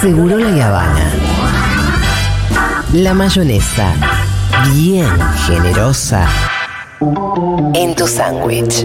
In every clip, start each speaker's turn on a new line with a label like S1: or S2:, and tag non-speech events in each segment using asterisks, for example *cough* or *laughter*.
S1: Seguro la Habana. La mayonesa, bien generosa, en tu sándwich.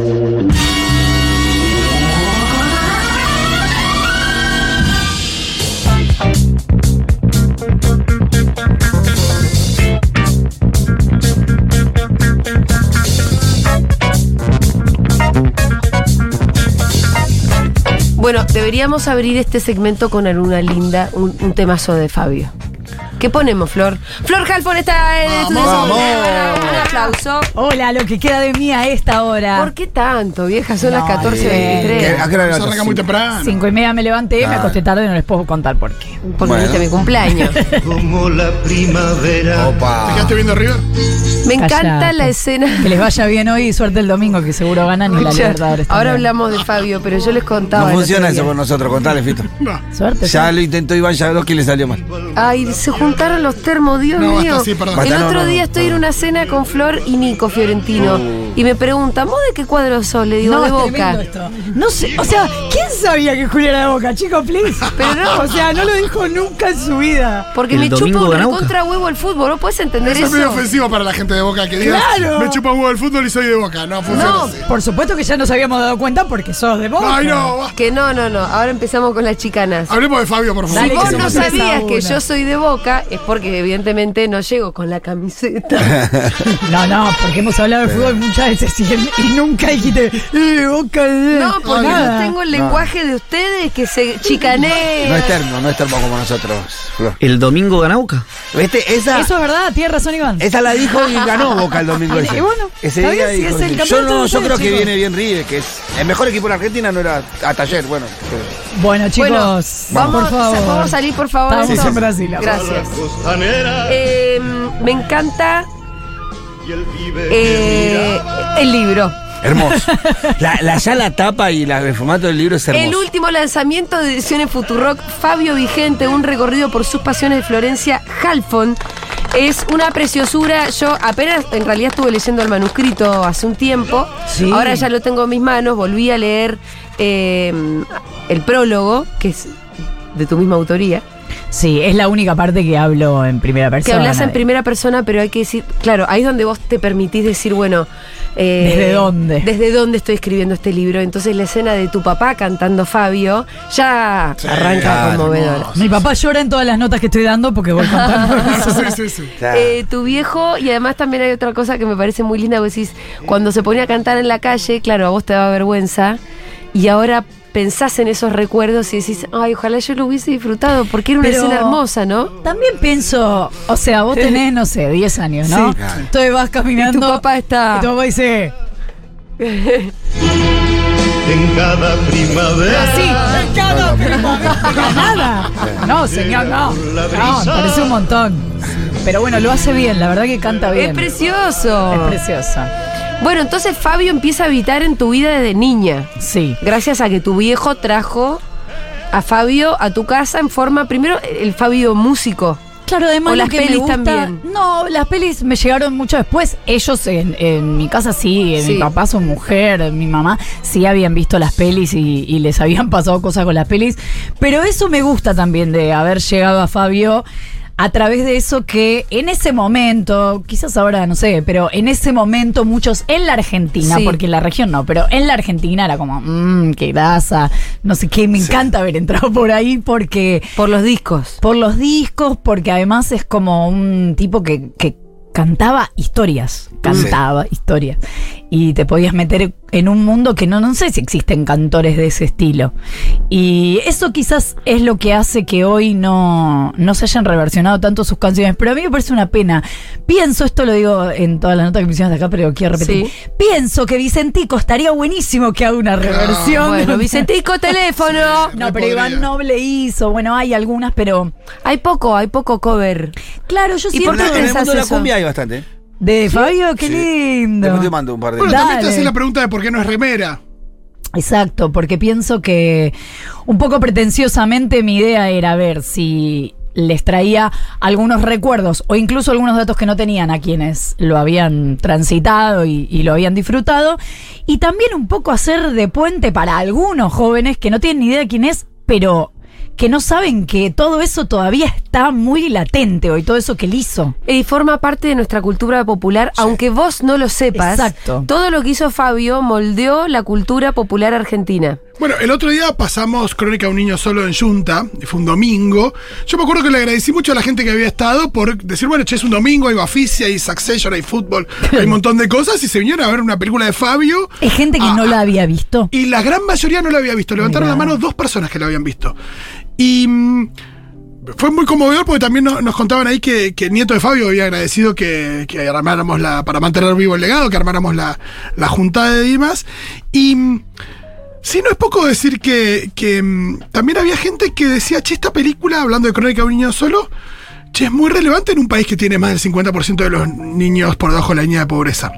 S2: Bueno, deberíamos abrir este segmento con alguna linda, un, un temazo de Fabio. ¿Qué ponemos, Flor? Flor Halfon está en el estudio.
S3: Vamos.
S2: Un aplauso.
S4: Hola, lo que queda de mí a esta hora.
S2: ¿Por qué tanto, vieja? Son
S4: No,
S2: las
S3: ¿Qué-
S2: 14.23.
S3: ¿A qué hora
S5: Se
S3: era?
S5: arranca muy
S2: Ah,
S5: temprano.
S4: Cinco y media me levanté, me
S3: Ah.
S4: acosté tarde y no les puedo contar por qué.
S2: Porque
S3: Bueno.
S2: viste mi
S4: *laughs*
S2: cumpleaños.
S6: como la primavera.
S5: ¿Te
S3: Opa.
S5: quedaste viendo River?
S2: Me encanta
S4: Callate.
S2: la escena.
S4: Que les vaya bien hoy y suerte el domingo, que seguro ganan y la
S2: Escucha,
S4: Libertadores.
S2: ahora
S4: también.
S2: hablamos de Fabio, pero yo les contaba.
S3: No
S2: el otro
S3: funciona
S2: día.
S3: eso con nosotros, contale, *laughs* Fito.
S4: Suerte.
S3: Ya lo intentó Iván Yablosky y le salió mal.
S2: Ay, se juntaron los termos, Dios
S5: No, basta,
S2: mío.
S5: sí, perdón.
S2: el
S3: Basta, no,
S2: otro
S3: no,
S2: día
S3: no, Uh.
S2: estoy en
S3: perdón.
S2: una cena con Flor y Nico Fiorentino. Y me preguntan, ¿vos de qué cuadro sos? Le digo,
S4: No,
S2: de
S4: es
S2: boca.
S4: tremendo esto. No sé, o sea, ¿quién sabía que Julia era de Boca, chicos, please?
S2: *laughs* Pero no.
S4: o sea, no lo dijo nunca en su vida.
S2: Porque
S7: El
S2: me chupa
S7: domingo
S2: un
S7: gana Boca.
S2: recontra huevo el fútbol, ¿no puedes entender
S5: Eso es medio
S2: eso?
S5: ofensivo para la gente de Boca que diga.
S4: ¡Claro!
S5: Me chupa un huevo el fútbol y soy de Boca. No funciona
S2: No.
S5: así.
S4: Por supuesto que ya nos habíamos dado cuenta porque sos de Boca.
S5: Ay, no. basta.
S2: Que no, no, no. Ahora empezamos con las chicanas.
S5: Hablemos de Fabio, por favor.
S2: Si
S4: Ah, Dale,
S2: vos
S4: que
S2: no
S4: somos tres a
S2: sabías que
S4: una.
S2: yo soy de Boca, es porque evidentemente no llego con la
S4: *laughs*
S2: camiseta.
S4: No, no, porque hemos hablado de fútbol muchas veces y, y nunca dijiste, eh, Boca, eh,
S2: No, porque
S4: nada.
S2: no tengo el lenguaje de ustedes que se chicanean.
S3: No es termo, no es termo como nosotros, Flor.
S7: El domingo gana Boca.
S3: Este, eh, esa,
S4: Eso es verdad, tienes razón, Iván.
S3: esa la dijo y ganó Boca el domingo.
S4: Bueno,
S3: ese.
S4: y bueno,
S3: Ese
S4: está
S3: día
S4: bien, si
S3: dijo
S4: es el
S3: sí. yo
S4: campeonato
S3: no,
S4: de
S3: yo
S4: ustedes,
S3: creo que
S4: chicos.
S3: viene bien Rives, que es el mejor equipo de la Argentina, no era a taller, bueno. pero-
S4: Bueno, chicos,
S2: Bueno, vamos,
S4: por favor.
S2: vamos a salir, por favor.
S4: Estamos
S2: de esto.
S4: en Brasil. ahora.
S2: Gracias. Eh, me encanta eh, el libro.
S3: *laughs* Hermoso. La, la- ya la tapa y la- el formato del libro es hermoso.
S2: El último lanzamiento de ediciones Futurock, Fabio Vigente, un recorrido por sus pasiones de Florencia Halfon. Es una preciosura. Yo apenas, en realidad, estuve leyendo el manuscrito hace un tiempo.
S4: Sí.
S2: Ahora ya lo tengo en mis manos. Volví a leer eh, el prólogo, que es de tu misma autoría.
S4: Sí, es la única parte que hablo en primera
S2: Que
S4: persona.
S2: hablas en
S4: de-
S2: primera persona, pero hay que decir, claro, ahí es donde vos te permitís decir, bueno, eh,
S4: ¿Desde dónde?
S2: ¿Desde dónde estoy escribiendo este libro? Entonces la escena de tu papá cantando Fabio ya arranca
S3: claro,
S2: conmovedora.
S4: Mi papá llora en todas las notas que estoy dando porque voy contando.
S5: Sí,
S3: *laughs*
S5: sí, sí.
S3: Claro.
S2: Eh, tu viejo, y además también hay otra cosa que me parece muy linda, vos decís, cuando se ponía a cantar en la calle, claro, a vos te daba vergüenza, y ahora pensás en esos recuerdos y decís, ay, ojalá yo lo hubiese disfrutado, porque era una
S4: Pero-
S2: escena hermosa, ¿no?
S4: *laughs* También pienso, o sea, vos tenés, no sé, 10 años, ¿no?
S3: Sí. Claro.
S4: Entonces vas caminando.
S2: Y tu papá está-
S4: Y tu papá dice.
S6: En cada primavera.
S4: Sí, no, pero nada. No, señor, no. No, me parece un montón. Pero bueno, lo hace bien, la verdad que canta bien.
S2: Es precioso.
S4: Es preciosa.
S2: bueno, entonces Fabio empieza a habitar en tu vida desde niña,
S4: Sí.
S2: gracias a que tu viejo trajo a Fabio a tu casa en forma, primero el Fabio músico.
S4: Claro, además
S2: O las
S4: lo que
S2: pelis
S4: me gusta,
S2: también.
S4: No, las pelis me llegaron mucho después. Ellos en, en mi casa sí, en
S2: Sí.
S4: mi papá, su mujer, mi mamá, sí habían visto las pelis y, y les habían *laughs* pasado cosas con las pelis. Pero eso me gusta también de haber llegado a Fabio. A través de eso que en ese momento, quizás ahora no sé, pero en ese momento muchos en la Argentina,
S2: Sí.
S4: porque en la región no, pero en la Argentina era como, mmm, qué grasa, no sé qué, me encanta haber entrado por ahí porque
S2: Por los discos.
S4: por los discos, porque además es como un tipo que, que cantaba historias, cantaba historias. Y te podías meter en un mundo que no, no sé si existen cantores de ese estilo. Y eso quizás es lo que hace que hoy no, no se hayan reversionado tanto sus canciones. Pero a mí me parece una pena. Pienso, esto lo digo en todas las notas que me hicieron hasta acá, pero quiero repetir.
S2: Sí. Ah,
S4: Pienso que Vicentico estaría buenísimo que haga una reversión. *laughs*
S2: Bueno, Vicentico,
S5: *laughs*
S2: teléfono.
S4: No,
S5: No
S4: pero Iván
S5: podría.
S4: Noble hizo. Bueno, hay algunas, pero...
S2: Hay poco, hay poco cover.
S4: Claro, yo
S2: ¿Y por
S4: siempre
S2: qué
S3: en el mundo
S2: pensás
S3: de la
S2: eso?
S3: cumbia hay bastante. ¿eh?
S4: De Fabio, qué
S3: Sí.
S4: lindo.
S3: Después te mando un par de.
S5: Bueno, también te
S4: Dale.
S5: hacen la pregunta de por qué no es remera.
S4: Exacto, porque pienso que un poco pretenciosamente mi idea era ver si les traía algunos recuerdos o incluso algunos datos que no tenían a quienes lo habían transitado y, y lo habían disfrutado. Y también un poco hacer de puente para algunos jóvenes que no tienen ni idea quién es, pero que no saben que todo eso todavía está muy latente hoy, todo eso que él hizo.
S2: Y forma parte de nuestra cultura popular, aunque vos no lo sepas.
S4: Exacto.
S2: Todo lo que hizo Fabio moldeó la cultura popular argentina.
S5: Bueno, el otro día pasamos Crónica de un niño solo en Junta, fue un domingo. Yo me acuerdo que le agradecí mucho a la gente que había estado por decir, bueno, che, es un domingo, hay Bafisia, hay Succession, hay fútbol, hay un montón de cosas, y se vinieron a ver una película de Fabio.
S4: Es gente que
S5: Ah,
S4: no
S5: ah.
S4: la había visto.
S5: Y la gran mayoría no la había visto. Levantaron la mano dos personas que la habían visto. Y mm, fue muy conmovedor porque también no- nos contaban ahí que, que el nieto de Fabio había agradecido que, que armáramos la. para mantener vivo el legado, que armáramos la, la juntada de Dimas. Y. mm, Sí, no es poco decir que, que, mm, también había gente que decía, che, esta película, hablando de Crónica de un niño solo, che, es muy relevante en un país que tiene más del 50% de los niños por debajo de la línea de pobreza.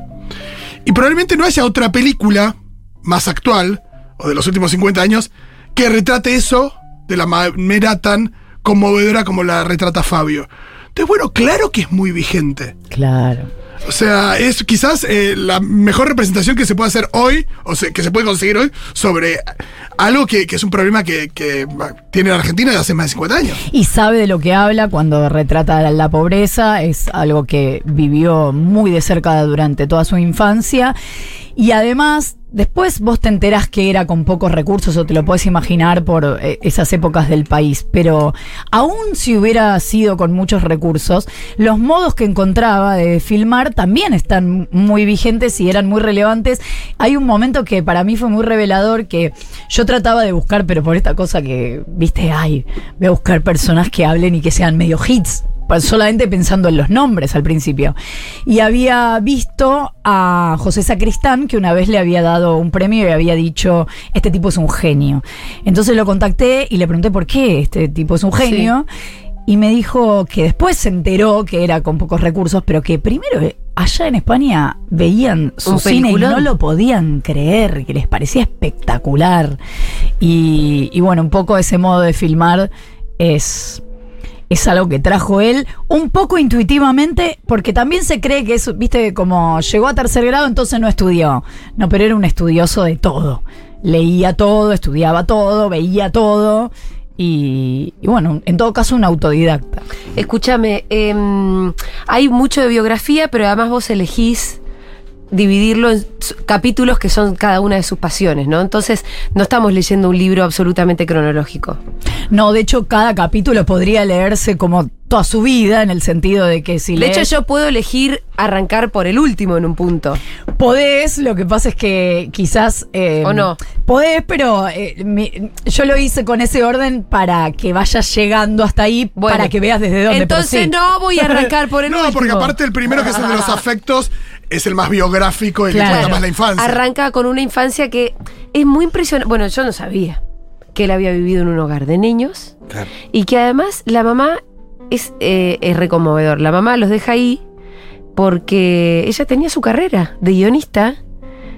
S5: Y probablemente no haya otra película más actual, o de los últimos 50 años, que retrate eso de la manera tan conmovedora como la retrata Fabio. Entonces, bueno, claro que es muy vigente.
S4: Claro.
S5: O sea, es quizás eh, la mejor representación que se puede hacer hoy, o se- que se puede conseguir hoy, sobre algo que, que es un problema que, que, bah, tiene la Argentina desde hace más de 50 años.
S4: Y sabe de lo que habla cuando retrata la, la pobreza, es algo que vivió muy de cerca durante toda su infancia. Y además, después vos te enterás que era con pocos recursos o te lo podés imaginar por eh, esas épocas del país. Pero aún si hubiera sido con muchos recursos, los modos que encontraba de filmar también están muy vigentes y eran muy relevantes. Hay un momento que para mí fue muy revelador que yo trataba de buscar, pero por esta cosa que, viste, ay, voy a buscar personas que hablen y que sean medio hits. pa- Solamente pensando en los nombres al principio. Y había visto a José Sacristán, que una vez le había dado un premio y había dicho, este tipo es un genio. Entonces lo contacté y le pregunté por qué este tipo es un genio. Y me dijo que después se enteró que era con pocos recursos, pero que primero eh, allá en España veían su
S2: Un
S4: cine y
S2: peliculón.
S4: no lo podían creer, que les parecía espectacular. Y, y bueno, un poco ese modo de filmar es, es algo que trajo él, un poco intuitivamente, porque también se cree que es, viste, como llegó a tercer grado, entonces no estudió. No, pero era un estudioso de todo. Leía todo, estudiaba todo, veía todo. Y, y bueno, en todo caso, un autodidacta.
S2: Escúchame, em, hay mucho de biografía, pero además vos elegís dividirlo en s- capítulos que son cada una de sus pasiones, ¿no? Entonces, no estamos leyendo un libro absolutamente cronológico.
S4: No, de hecho, cada capítulo podría leerse como toda su vida, en el sentido de que si
S2: De
S4: lees-
S2: hecho, yo puedo elegir arrancar por el último en un punto.
S4: Podés, lo que pasa es que quizás. eh,
S2: ¿O no?
S4: Podés, pero eh, mi- yo lo hice con ese orden para que vayas llegando hasta ahí,
S2: Bueno.
S4: para que veas desde dónde. pero
S2: Entonces
S4: sí.
S2: no voy a arrancar por el
S5: no,
S2: último.
S5: porque aparte el primero que es el de los afectos es el más biográfico, el
S4: Claro.
S5: que cuenta más la infancia.
S2: Arranca con una infancia que es muy impresionante. Bueno, yo no sabía que él había vivido en un hogar de niños
S3: Claro. *laughs*
S2: y que además la mamá es, eh, es reconmovedor. La mamá los deja ahí porque ella tenía su carrera de guionista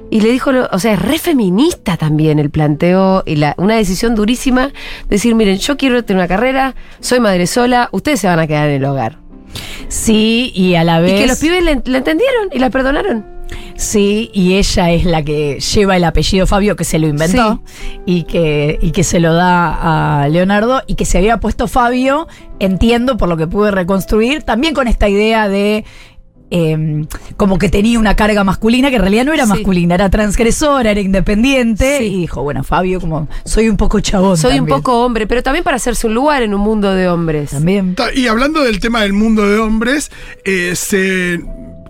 S2: y le dijo, lo- o sea, es re feminista también el planteo y la, una decisión durísima, decir, miren, yo quiero tener una carrera, soy madre sola, ustedes se van a quedar en el hogar.
S4: *laughs* Sí, y a la vez.
S2: Y que los pibes la, en- la entendieron y la perdonaron.
S4: Sí, y ella es la que lleva el apellido Fabio, que se lo inventó, y, que, y que se lo da a Leonardo, y que se había puesto Fabio, entiendo por lo que pude reconstruir, también con esta idea de eh, como que tenía una carga masculina, que en realidad no era
S2: Sí.
S4: masculina, era transgresora, era independiente,
S2: Sí.
S4: y dijo, bueno, Fabio, como soy un poco chabón.
S2: Soy un
S4: también.
S2: poco hombre, pero también para hacerse un lugar en un mundo de hombres.
S4: También.
S5: Ta- Y hablando del tema del mundo de hombres, eh, se-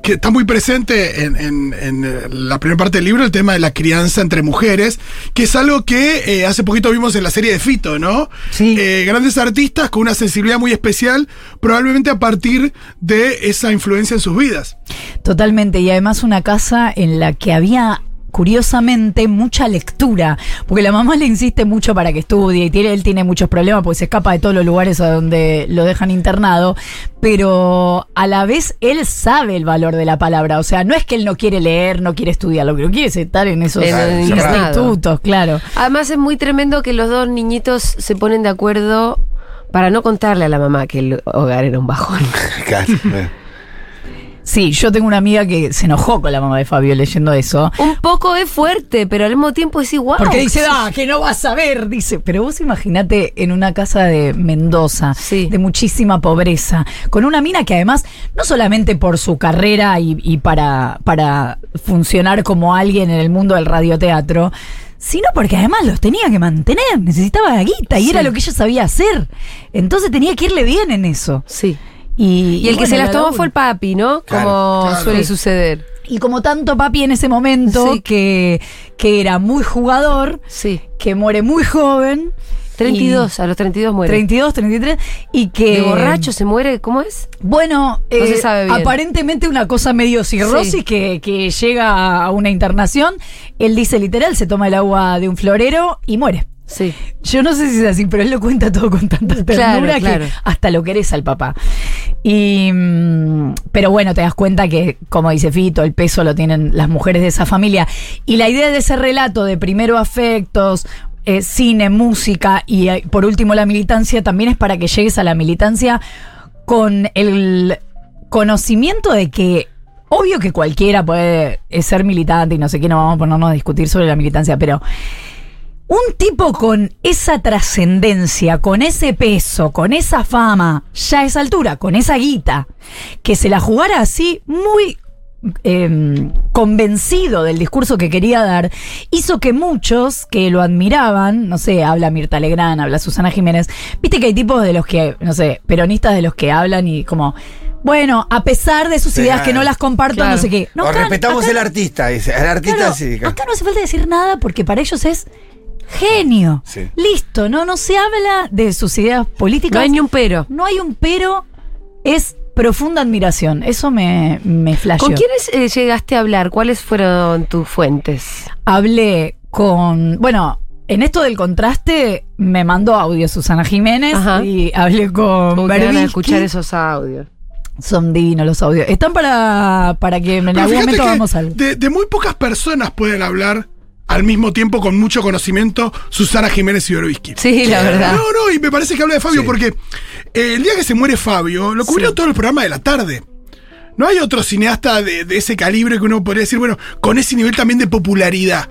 S5: que está muy presente en, en- en, eh, la primera parte del libro el tema de la crianza entre mujeres, que es algo que eh, hace poquito vimos en la serie de Fito, ¿no?
S4: Sí.
S5: Eh, grandes artistas con una sensibilidad muy especial, probablemente a partir de esa influencia en sus vidas.
S4: Totalmente, y además una casa en la que había curiosamente mucha lectura, porque la mamá le insiste mucho para que estudie y tiene, él tiene muchos problemas porque se escapa de todos los lugares a donde lo dejan internado, pero a la vez él sabe el valor de la palabra, o sea, no es que él no quiere leer, no quiere estudiar, lo que no quiere es estar en esos
S2: En el internado.
S4: institutos, claro.
S2: Además es muy tremendo que los dos niñitos se ponen de acuerdo
S4: *laughs*
S2: para no contarle a la mamá que el hogar era un bajón.
S3: Claro.
S4: Sí, yo tengo una amiga que se enojó con la mamá de Fabio leyendo eso.
S2: Un poco es fuerte, pero al mismo tiempo es igual.
S4: Porque dice, ah, que no vas a ver, dice. Pero vos imaginate en una casa de Mendoza,
S2: Sí.
S4: de muchísima pobreza, con una mina que además, no solamente por su carrera y, y para, para funcionar como alguien en el mundo del radioteatro, sino porque además los tenía que mantener, necesitaba la guita y era lo que ella sabía hacer. Entonces tenía que irle bien en eso.
S2: Sí.
S4: Y,
S2: Y el que
S4: bueno,
S2: se las
S4: la
S2: tomó
S4: labura.
S2: fue el papi, ¿no?
S3: Claro,
S2: Como
S5: claro.
S2: suele
S5: Sí.
S2: suceder.
S4: Y como tanto papi en ese momento,
S2: Sí.
S4: que, que era muy jugador,
S2: Sí.
S4: que muere muy joven.
S2: 32, a los 32
S4: y-
S2: muere.
S4: 32, 33. Y que.
S2: De borracho se muere, ¿cómo es?
S4: Bueno, eh,
S2: No se sabe bien.
S4: aparentemente una cosa medio cirrosis
S2: Sí.
S4: que, que llega a una internación. Él dice literal: se toma el agua de un florero y muere.
S2: Sí.
S4: Yo no sé si es así, pero él lo cuenta todo con tanta ternura
S2: claro.
S4: que hasta lo querés al papá. Y, mm, pero bueno, te das cuenta que, como dice Fito, el peso lo tienen las mujeres de esa familia. Y la idea de ese relato de primero afectos, eh, cine, música y eh, por último la militancia también es para que llegues a la militancia con el conocimiento de que obvio que cualquiera puede eh, ser militante y no sé qué, no vamos a ponernos a discutir sobre la militancia, pero un tipo con esa trascendencia, con ese peso, con esa fama, ya a esa altura, con esa guita, que se la jugara así muy eh, convencido del discurso que quería dar, hizo que muchos que lo admiraban, no sé, habla Mirta Legrán, habla Susana Jiménez, viste que hay tipos de los que, no sé, peronistas de los que hablan y como, bueno, a pesar de sus
S3: Sí,
S4: ideas que
S3: claro.
S4: no las comparto,
S2: Claro.
S4: no sé qué. No,
S3: o
S4: acá-
S3: respetamos
S4: acá-
S3: el artista, dice. El artista
S4: Claro,
S3: sí. claro.
S4: acá no hace falta decir nada porque para ellos es genio.
S3: Sí.
S4: Listo, no, no se habla de sus ideas políticas.
S2: No hay ni un pero.
S4: No hay un pero, es profunda admiración. Eso me, me flasheó.
S2: ¿Con quiénes eh, llegaste a hablar? ¿Cuáles fueron tus fuentes?
S4: Hablé con. Bueno. En esto del contraste me mandó audio Susana Jiménez
S2: Ajá.
S4: y hablé con
S2: ¿Cómo te van a
S4: Berbisky.
S2: escuchar esos audios?
S4: Son divinos los audios. Están para, para que en
S5: Pero
S4: algún
S5: fíjate
S4: momento
S5: que
S4: vamos al.
S5: de, de muy pocas personas pueden hablar al mismo tiempo con mucho conocimiento Susana Jiménez y Berbisky.
S2: Sí, la verdad.
S5: Eh, No, no, y me parece que habla de Fabio
S3: Sí.
S5: porque eh, el día que se muere Fabio, lo cubrieron todos los programas de la tarde. No hay otro cineasta de, de ese calibre que uno podría decir, bueno, con ese nivel también de popularidad.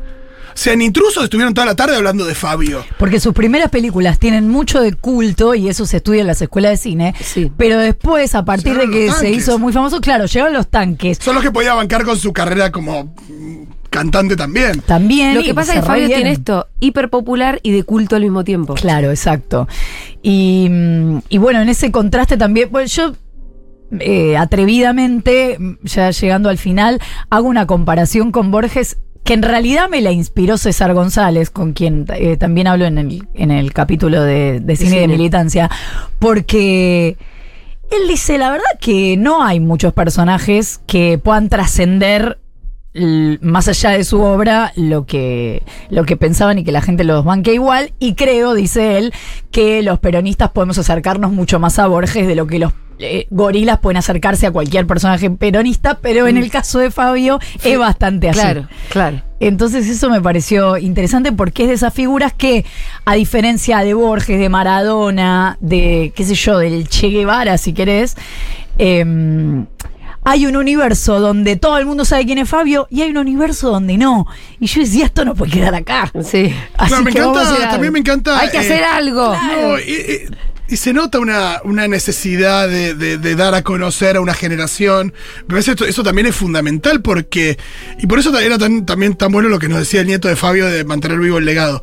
S5: O sea, en intrusos estuvieron toda la tarde hablando de Fabio.
S4: Porque sus primeras películas tienen mucho de culto y eso se estudia en las escuelas de cine.
S2: Sí.
S4: Pero después, a partir de
S5: Llegaron
S4: que
S5: los
S4: se
S5: tanques.
S4: hizo muy famoso, claro, llegaron los tanques.
S5: Son los que podía bancar con su carrera como mm, cantante también.
S4: También.
S2: Lo
S4: y
S2: que pasa es
S4: se
S2: que Fabio
S4: re bien.
S2: tiene esto hiperpopular y de culto al mismo tiempo.
S4: Claro, exacto. Y, mm, y bueno, en ese contraste también, bueno, yo eh, atrevidamente, mm, ya llegando al final, hago una comparación con Borges que en realidad me la inspiró César González, con quien eh, también hablo en el, en el capítulo de, de cine y de
S2: cine.
S4: militancia, porque él dice, la verdad que no hay muchos personajes que puedan trascender l- más allá de su obra lo que, lo que pensaban y que la gente los banque igual. Y creo, dice él, que los peronistas podemos acercarnos mucho más a Borges de lo que los eh, gorilas pueden acercarse a cualquier personaje peronista, pero en el caso de Fabio es bastante así.
S2: Claro, claro.
S4: Entonces eso me pareció interesante porque es de esas figuras que, a diferencia de Borges, de Maradona, de, qué sé yo, del Che Guevara, si querés, em, hay un universo donde todo el mundo sabe quién es Fabio y hay un universo donde no. Y yo decía, esto no puede quedar acá.
S2: Sí.
S4: Así
S5: Claro, me
S4: que vamos a
S5: encanta,
S4: hacer algo.
S5: Ah, también me encanta.
S2: Hay que
S5: eh,
S2: hacer algo.
S5: No, y, y- y se nota una, una necesidad de, de- de dar a conocer a una generación. Me parece esto- eso también es fundamental porque. Y por eso ta- era tan- también tan bueno lo que nos decía el nieto de Fabio de mantener vivo el legado.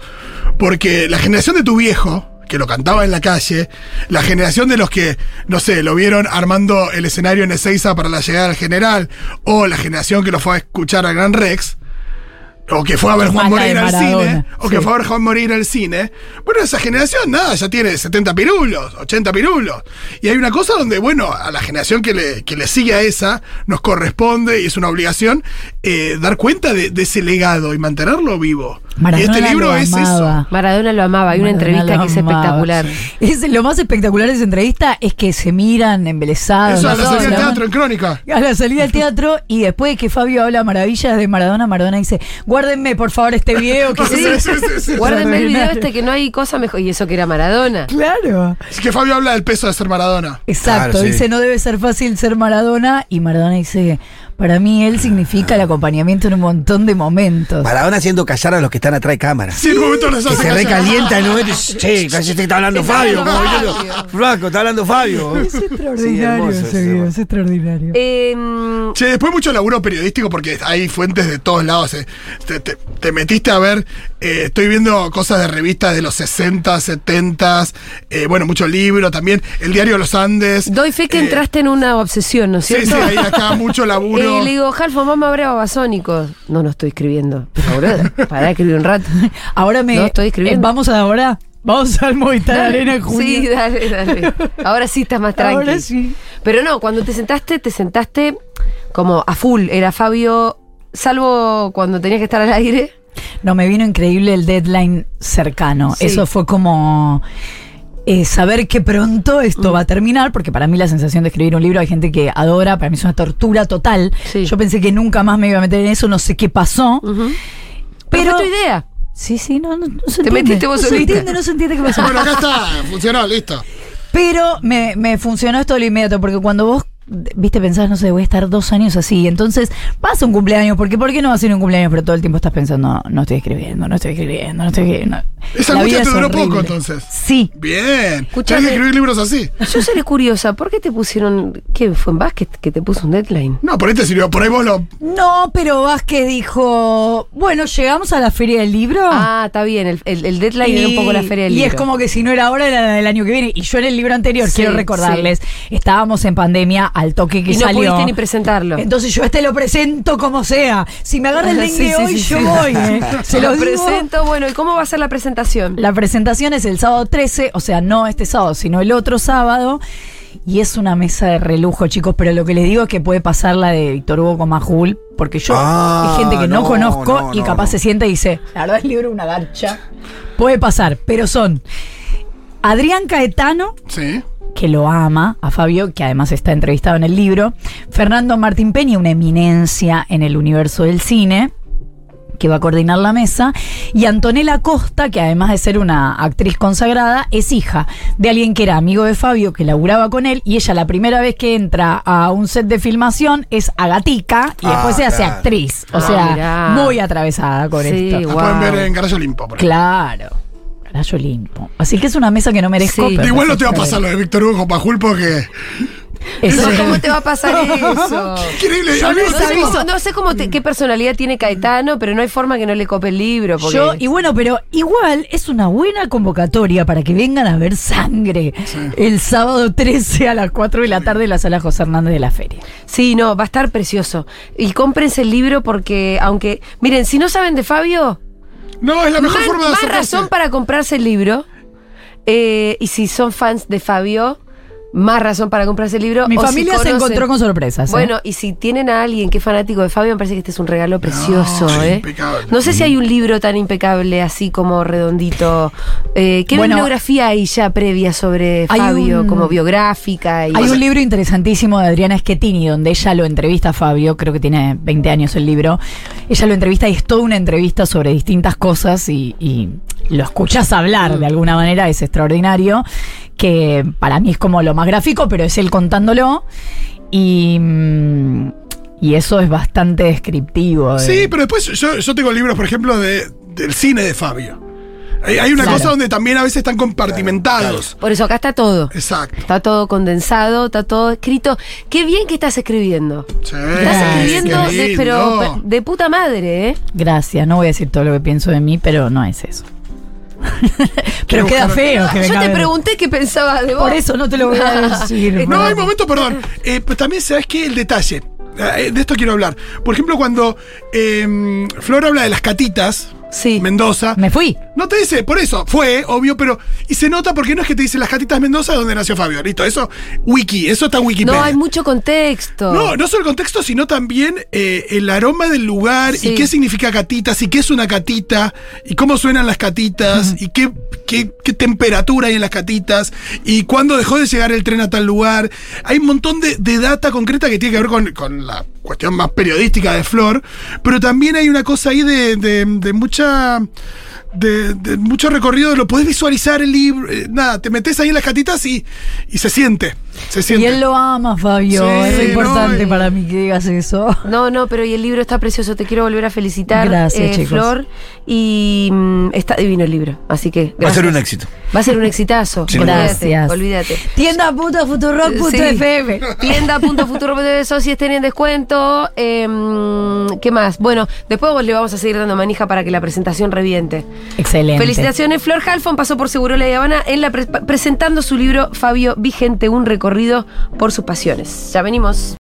S5: Porque la generación de tu viejo. Que lo cantaba en la calle, la generación de los que, no sé, lo vieron armando el escenario en Ezeiza para la llegada del general, o la generación que lo fue a escuchar al Gran Rex, o que fue a ver Juan
S4: Más la de
S5: Moreira al
S4: Maradona,
S5: cine, o que
S4: sí.
S5: fue a ver Juan Moreira al cine. Bueno, esa generación, nada, ya tiene 70 pirulos, 80 pirulos. Y hay una cosa donde, bueno, a la generación que le, que le sigue a esa, nos corresponde y es una obligación eh, dar cuenta de, de ese legado y mantenerlo vivo. Y
S4: Maradona
S5: este libro
S4: lo
S5: es
S4: amaba.
S5: eso.
S2: Maradona lo amaba. Hay una
S4: Maradona
S2: entrevista
S4: lo
S2: que es
S4: amaba.
S2: espectacular.
S4: Es, lo más espectacular de esa entrevista es que se miran embelesados.
S5: Eso a
S4: Ah, no
S5: la
S4: sé,
S5: salida
S4: se
S5: del
S4: aman.
S5: teatro en crónica.
S4: A la salida del teatro y después de que Fabio habla maravillas de Maradona, Maradona dice, guárdenme por favor este video
S5: *laughs*
S4: que
S5: Sí, sí, sí, sí.
S2: Guárdenme el video este que no hay cosa mejor. Y eso que era Maradona.
S4: Claro.
S5: Es que Fabio habla del peso de ser Maradona.
S4: Exacto,
S3: Claro, sí.
S4: dice no debe ser fácil ser Maradona y Maradona dice, para mí él significa el acompañamiento en un montón de momentos.
S7: Maradona haciendo callar a los que están atrás de cámara.
S5: Sí, en un momento nos
S7: Que
S5: hace
S7: se
S5: callar.
S7: recalienta en un momento. y dice, Che, cállate que está hablando
S2: Está
S7: Fabio.
S2: hablando
S7: como diciendo,
S2: Fabio.
S7: Flaco, está hablando Fabio.
S4: Es extraordinario
S7: Sí, hermoso
S4: ese
S7: ese
S4: video,
S7: tema.
S4: es extraordinario.
S2: Eh, mm,
S5: Che, después mucho laburo periodístico porque hay fuentes de todos lados. eh. Te, te- te metiste a ver, eh, estoy viendo cosas de revistas de los 60, 70, eh, bueno, mucho libro también, el diario de los Andes.
S2: doy fe que
S5: Eh,
S2: entraste en una obsesión, ¿no es
S5: Sí,
S2: cierto? *laughs*
S5: sí, ahí acá mucho laburo.
S2: Eh, le digo, Halfo, mamá brava basónicos. No, no estoy escribiendo. Pero, boludo, pará, escribí un
S4: *laughs*
S2: rato.
S4: Ahora me...
S2: No, estoy escribiendo.
S4: eh, vamos ahora, vamos al Movistar Arena en junio.
S2: Sí, dale, dale. Ahora sí estás más tranquilo.
S4: Ahora sí.
S2: Pero no, cuando te sentaste, te sentaste como a full. Era Fabio, salvo cuando tenías que estar al aire.
S4: No, me vino increíble el deadline cercano.
S2: Sí.
S4: Eso fue como eh, saber que pronto
S2: Mm.
S4: esto va a terminar, porque para mí la sensación de escribir un libro, hay gente que adora, para mí es una tortura total.
S2: Sí. Mm.
S4: Yo pensé que nunca más me iba a meter en eso, no sé qué pasó.
S2: Pero,
S4: Pero-
S2: fue tu idea.
S4: Sí, sí, no, no, no se
S2: Te
S4: entiende.
S2: metiste vos
S4: no se
S2: solita.
S4: entiende, no se entiende qué pasó.
S5: Bueno, acá
S2: *laughs*
S5: está, funcionó, listo.
S4: Pero me, me funcionó esto de lo inmediato, porque cuando vos, viste, pensás, no sé, voy a estar dos años así, entonces pasa un cumpleaños, porque ¿por qué no va a ser un cumpleaños? Pero todo el tiempo estás pensando, no, no estoy escribiendo, no estoy escribiendo, no estoy escribiendo.
S5: Esa
S4: La
S5: angustia
S4: vida
S5: te
S4: es
S5: duró
S4: horrible.
S5: poco entonces.
S4: Sí.
S5: Bien.
S2: Escuchame.
S5: Tienes que escribir libros así.
S2: Yo seré curiosa, ¿por qué te pusieron. ¿Quién fue en básquet que te puso un deadline?
S5: No, por ahí te sirvió, por ahí vos lo.
S4: No, pero Vázquez dijo, bueno, llegamos a la feria del libro.
S2: Ah, está bien, el, el- el deadline era un poco la feria del
S4: y
S2: libro.
S4: es como que si no era ahora, era la del año que viene. Y yo en el libro anterior,
S2: Sí,
S4: quiero recordarles, estábamos en pandemia al toque que
S2: Y no
S4: salió.
S2: pudiste ni presentarlo. *laughs*
S4: Entonces yo este lo presento como sea. Si me agarra el dengue
S2: Sí, sí,
S4: hoy,
S2: sí,
S4: yo
S2: sí. *laughs*
S4: voy. ¿eh? Se
S2: lo
S4: los digo.
S2: presento, bueno, ¿y cómo va a ser la presentación?
S4: La presentación es el sábado 13, o sea, no este sábado, sino el otro sábado. Y es una mesa de relujo, chicos, pero lo que les digo es que puede pasar la de Víctor Hugo con Majul, porque yo
S7: Ah,
S4: hay gente que no,
S7: no,
S4: conozco
S7: no,
S4: y
S7: no,
S4: capaz
S7: no.
S4: se siente y dice, la verdad el libro es una garcha. Puede pasar, pero son Adrián Caetano,
S5: Sí.
S4: que lo ama, a Fabio, que además está entrevistado en el libro, Fernando Martín Peña, una eminencia en el universo del cine, que va a coordinar la mesa, y Antonella Costa, que además de ser una actriz consagrada, es hija de alguien que era amigo de Fabio, que laburaba con él, y ella la primera vez que entra a un set de filmación es Agatica, y
S7: Ah,
S4: después se hace
S7: claro.
S4: actriz, o
S2: Ah,
S4: sea,
S2: mirá.
S4: muy atravesada con
S2: Sí,
S4: esto.
S5: La
S2: Wow.
S5: pueden ver en Garaje Olimpo. por ahí.
S4: Claro. Rayo limpo. Así que es una mesa que no merezco.
S2: Sí.
S4: pero
S5: Igual
S4: es
S5: no te va a pasar lo de Víctor Hugo con Pajul porque.
S4: Es-
S2: No, ¿Cómo te va a *laughs* pasar eso?
S5: Increíble.
S4: Yo
S5: a mí
S4: les
S5: me
S2: No sé,
S5: sacó-
S4: aviso.
S2: cómo, no sé cómo te- qué personalidad tiene Caetano, pero no hay forma que no le cope el libro. Porque
S4: Yo, y bueno, pero igual es una buena convocatoria para que vengan a ver sangre el sábado 13 a las 4 de la tarde en la sala José Hernández de la Feria.
S2: Sí, no, va a estar precioso. Y cómprense el libro porque, aunque. Miren, si no saben de Fabio,
S5: No, es la mejor
S2: más,
S5: forma de
S2: más
S5: hacer
S2: razón para comprarse el libro. Eh, y si son fans de Fabio, más razón para comprarse el libro.
S4: Mi
S2: O si
S4: familia se
S2: conocen-
S4: encontró con sorpresas. ¿eh?
S2: Bueno, y si tienen a alguien que es fanático de Fabio, me parece que este es un regalo precioso,
S5: es
S2: ¿eh?
S5: impecable.
S2: No sé si hay un libro tan impecable así como redondito. Eh, ¿Qué
S4: Bueno,
S2: bibliografía hay ya previa sobre
S4: hay
S2: Fabio,
S4: un-
S2: como biográfica? Y
S4: Hay un libro interesantísimo de Adriana Schettini donde ella lo entrevista a Fabio, creo que tiene 20 años el libro. Ella lo entrevista y es toda una entrevista sobre distintas cosas y, y lo escuchas hablar de alguna manera, es extraordinario, que para mí es como lo más gráfico, pero es él contándolo y, mm, y eso es bastante descriptivo. eh. de-
S5: Sí, pero después yo, yo tengo libros, por ejemplo, de, del cine de Fabio. Hay, hay una
S4: Claro.
S5: cosa donde también a veces están compartimentados.
S2: Por eso acá está todo.
S5: Exacto.
S2: Está todo condensado, está todo escrito. Qué bien que estás escribiendo.
S5: Sí,
S2: Estás
S4: Ay,
S2: escribiendo,
S5: qué
S2: de,
S5: lindo.
S2: pero de puta madre, ¿eh?
S4: Gracias, no voy a decir todo lo que pienso de mí, pero no es eso. *laughs* pero
S5: Quiero
S4: queda
S5: buscar-
S4: feo que
S2: Yo
S4: venga a
S2: te
S4: ver-
S2: pregunté qué pensabas de vos.
S4: Por eso no te lo voy a
S5: *laughs*
S4: decir.
S5: No,
S4: Mar.
S5: hay momentos, perdón. Eh, pues también, ¿sabes qué? El detalle. Eh, De esto quiero hablar. Por ejemplo, cuando eh, Flor habla em, de las catitas,
S2: Sí.
S5: Mendoza.
S4: Me fui.
S5: No te dice, por eso, fue, obvio, pero. Y se nota porque no es que te dice las catitas Mendoza donde nació Fabio. Listo, eso, wiki, eso está en Wikipedia.
S2: No, hay mucho contexto.
S5: No, no solo el contexto, sino también eh, el aroma del lugar
S2: Sí.
S5: y qué significa catitas y qué es una catita y cómo suenan las catitas y qué, qué, qué temperatura hay en las catitas y cuándo dejó de llegar el tren a tal lugar. Hay un montón de, de data concreta que tiene que ver con, con la cuestión más periodística de Flor, pero también hay una cosa ahí de, de- de mucha... De, de mucho recorrido, lo podés visualizar el libro, eh, nada, te metes ahí en las catitas y, y se siente, se
S4: Y
S5: siente.
S4: él lo ama, Fabio.
S5: Sí,
S4: es importante
S5: no, y-
S4: para mí que digas eso. *laughs*
S2: No, no, pero y el libro está precioso. Te quiero volver a felicitar, eh,
S4: Gracias, chicos.
S2: Flor. Y mm, está divino el libro, así que
S7: Va a ser
S2: gracias.
S7: un éxito.
S2: Va a ser un exitazo.
S7: Sí.
S2: Olvídate,
S4: Gracias.
S2: Olvídate.
S4: Tienda.futurock.fm.
S2: Tienda.futuro.tv socios tienen descuento. Em, ¿Qué más? Bueno, después vos le vamos a seguir dando manija para que la presentación reviente.
S4: Excelente.
S2: Felicitaciones, Flor Halfon pasó por Seguro La Habana en la pre- presentando su libro Fabio Vigente, un recorrido por sus pasiones. Ya venimos.